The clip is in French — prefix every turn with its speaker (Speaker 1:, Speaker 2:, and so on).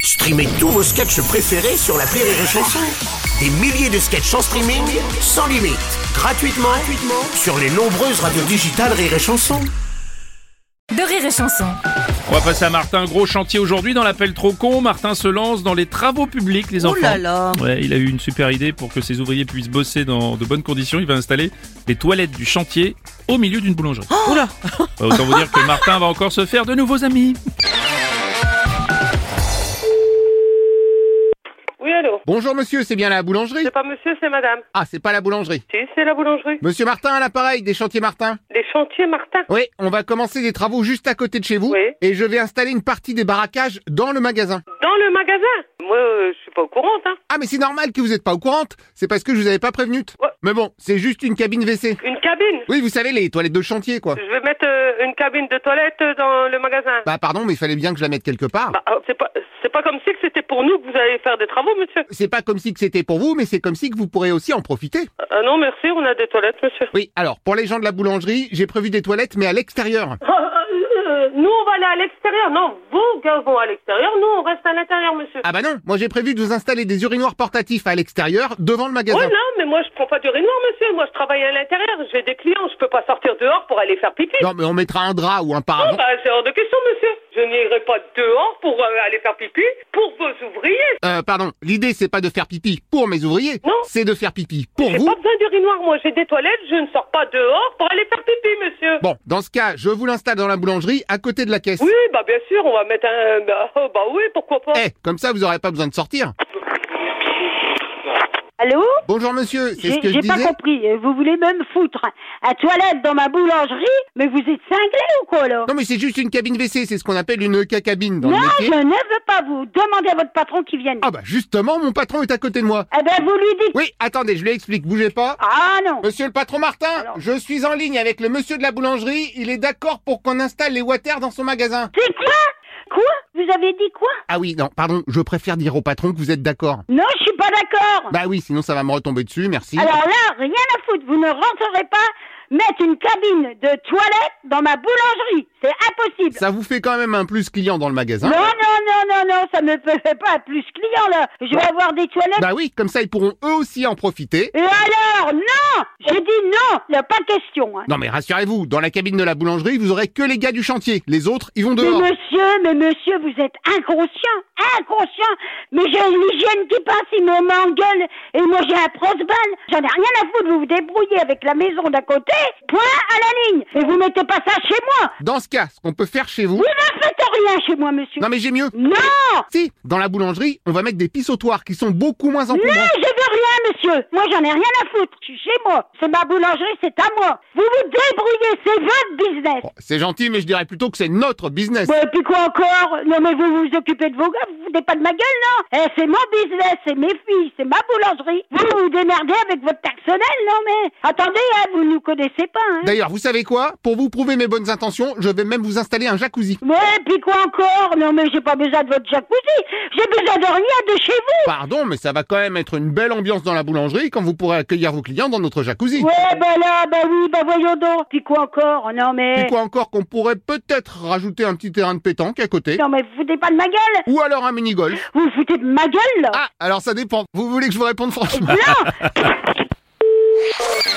Speaker 1: Streamez tous vos sketchs préférés sur la Rire et Chanson. Des milliers de sketchs en streaming, sans limite, gratuitement, gratuitement sur les nombreuses radios digitales Rire et Chanson.
Speaker 2: de rire et chanson.
Speaker 3: On va passer à Martin. Gros chantier aujourd'hui dans l'appel trop con. Martin se lance dans les travaux publics, les enfants.
Speaker 4: là là.
Speaker 3: Ouais, il a eu une super idée pour que ses ouvriers puissent bosser dans de bonnes conditions. Il va installer les toilettes du chantier au milieu d'une boulangerie.
Speaker 4: Oula
Speaker 3: Bah, Autant vous dire que Martin va encore se faire de nouveaux amis.
Speaker 5: Oui, allô
Speaker 6: Bonjour monsieur, c'est bien la boulangerie
Speaker 5: C'est pas monsieur, c'est madame.
Speaker 6: Ah, c'est pas la boulangerie.
Speaker 5: Si, c'est la boulangerie.
Speaker 6: Monsieur Martin à l'appareil des chantiers Martin.
Speaker 5: Les chantiers Martin.
Speaker 6: Oui, on va commencer des travaux juste à côté de chez vous
Speaker 5: Oui.
Speaker 6: et je vais installer une partie des barracages dans le magasin.
Speaker 5: Dans le magasin Moi, euh, je suis pas au courant, hein.
Speaker 6: Ah mais c'est normal que vous n'êtes pas au courante, c'est parce que je vous avais pas prévenu.
Speaker 5: Ouais.
Speaker 6: Mais bon, c'est juste une cabine WC.
Speaker 5: Une cabine
Speaker 6: Oui, vous savez les toilettes de chantier quoi.
Speaker 5: Je vais mettre euh, une cabine de toilette euh, dans le magasin.
Speaker 6: Bah pardon, mais il fallait bien que je la mette quelque part.
Speaker 5: Bah, alors, c'est pas, c'est pas comme si que c'était pour nous que vous allez faire des travaux, monsieur.
Speaker 6: C'est pas comme si que c'était pour vous, mais c'est comme si que vous pourrez aussi en profiter.
Speaker 5: Ah non, merci, on a des toilettes, monsieur.
Speaker 6: Oui, alors pour les gens de la boulangerie, j'ai prévu des toilettes mais à l'extérieur.
Speaker 5: Ah, euh, euh, nous, on va aller à l'extérieur. Non, vous, gars, vont à l'extérieur. Nous, on reste à l'intérieur, monsieur.
Speaker 6: Ah bah non, moi j'ai prévu de vous installer des urinoirs portatifs à l'extériur devant le magasin.
Speaker 5: Ouais, non, mais moi, je prends pas d'urinoir, monsieur. Moi, je travaille à l'intérieur. J'ai des clients. Je peux pas sortir dehors pour aller faire pipi.
Speaker 6: Non, mais on mettra un drap ou un
Speaker 5: Ah
Speaker 6: paravent.
Speaker 5: bah, c'est hors de question, monsieur. Je n'irai pas dehors pour euh, aller faire pipi pour vos ouvriers.
Speaker 6: Euh, pardon, l'idée c'est pas de faire pipi pour mes ouvriers,
Speaker 5: Non.
Speaker 6: c'est de faire pipi pour
Speaker 5: J'ai
Speaker 6: vous.
Speaker 5: pas besoin d'urinoir, moi. J'ai des toilettes. Je ne sors pas dehors pour aller faire pipi, monsieur.
Speaker 6: Bon, dans ce cas, je vous l'installe dans la boulangerie à côté de la caisse.
Speaker 5: Oui, bah bien sûr, on va mettre un... Bah, oh, bah oui, pourquoi pas.
Speaker 6: Eh, comme ça vous aurez pas besoin de sortir.
Speaker 7: Allô
Speaker 6: Bonjour monsieur, c'est ce
Speaker 7: J'ai
Speaker 6: que je
Speaker 7: j'ai pas
Speaker 6: disais.
Speaker 7: compris. Euh, Vous voulez même foutre à toilette dans ma boulangerie Mais vous êtes cinglé ou quoi là
Speaker 6: Non mais c'est juste une cabine WC, c'est ce qu'on appelle une cacabine dans
Speaker 7: Non,
Speaker 6: le
Speaker 7: je
Speaker 6: métier.
Speaker 7: ne veux pas vous. Demandez à votre patron qui vienne.
Speaker 6: Ah bah justement, mon patron est à côté de moi.
Speaker 7: Eh ben, vous lui dites.
Speaker 6: Ah. Oui, attendez, je lui explique, bougez pas.
Speaker 7: Ah non.
Speaker 6: Monsieur le patron Martin,
Speaker 7: Alors
Speaker 6: je suis en ligne avec le monsieur de la boulangerie, il est d'accord pour qu'on installe les water dans son magasin.
Speaker 7: C'est quoi Quoi Vous avez dit quoi
Speaker 6: Ah oui, non, pardon, je préfère dire au patron que vous êtes d'accord.
Speaker 7: Non, je suis pas d'accord.
Speaker 6: Bah oui, sinon ça va me retomber dessus, merci.
Speaker 7: Alors là, rien à foutre. Vous ne rentrerez pas mettre une cabine de toilette dans ma boulangerie. C'est impossible.
Speaker 6: Ça vous fait quand même un plus client dans le magasin.
Speaker 7: Non, non, non, non, non, ça me fait pas plus client là. Je vais avoir des toilettes.
Speaker 6: Bah oui, comme ça ils pourront eux aussi en profiter.
Speaker 7: Et alors, non J'ai dit non, il n'y a pas question. hein.
Speaker 6: Non mais rassurez-vous, dans la cabine de la boulangerie, vous aurez que les gars du chantier. Les autres, ils vont dehors.
Speaker 7: Mais monsieur, mais monsieur, vous êtes inconscient, inconscient. Mais j'ai l'hygiène qui passe, il me m'engueule. Et moi, j'ai un prosbal. J'en ai rien à foutre, vous vous débrouillez avec la maison d'à côté. Point à la ligne. Et vous mettez pas ça chez moi.
Speaker 6: Dans ce cas, ce qu'on peut faire chez vous...
Speaker 7: Vous ne faites rien chez moi, monsieur.
Speaker 6: Non mais j'ai mieux.
Speaker 7: Non
Speaker 6: Si, dans la boulangerie, on va mettre des pissotoirs qui sont beaucoup moins
Speaker 7: Non,
Speaker 6: encombrants.
Speaker 7: je veux rien, monsieur. Moi, j'en ai rien à foutre. Je suis chez moi. C'est ma boulangerie, c'est à moi. Vous vous débrouillez, c'est votre business.
Speaker 6: Bon, c'est gentil, mais je dirais plutôt que c'est notre business.
Speaker 7: Bon, et puis quoi encore Non, mais vous vous occupez de vos gars, vous vous foutez pas de ma gueule, non Eh, c'est mon business, c'est mes filles, c'est ma boulangerie. Vous vous démerdez avec votre personnel, non mais Attendez, hein, vous nous connaissez pas, hein
Speaker 6: D'ailleurs, vous savez quoi Pour vous prouver mes bonnes intentions, je vais même vous installer un jacuzzi.
Speaker 7: Bon, et puis quoi encore Non, mais j'ai pas besoin de votre jacuzzi, j'ai besoin de rien de chez vous
Speaker 6: Pardon, mais ça va quand même être une belle ambiance dans la boulangerie quand vous pourrez accueillir vos clients dans notre jacuzzi.
Speaker 7: Ouais, bah là, bah oui, bah voyons donc Puis quoi encore Non, mais...
Speaker 6: Puis quoi encore qu'on pourrait peut-être rajouter un petit terrain de pétanque à côté
Speaker 7: Non, mais vous vous foutez pas de ma gueule
Speaker 6: Ou alors un Ah, mini-golf
Speaker 7: Vous vous foutez de ma gueule, là
Speaker 6: Ah, alors ça dépend. Vous voulez que je vous réponde franchement
Speaker 7: Non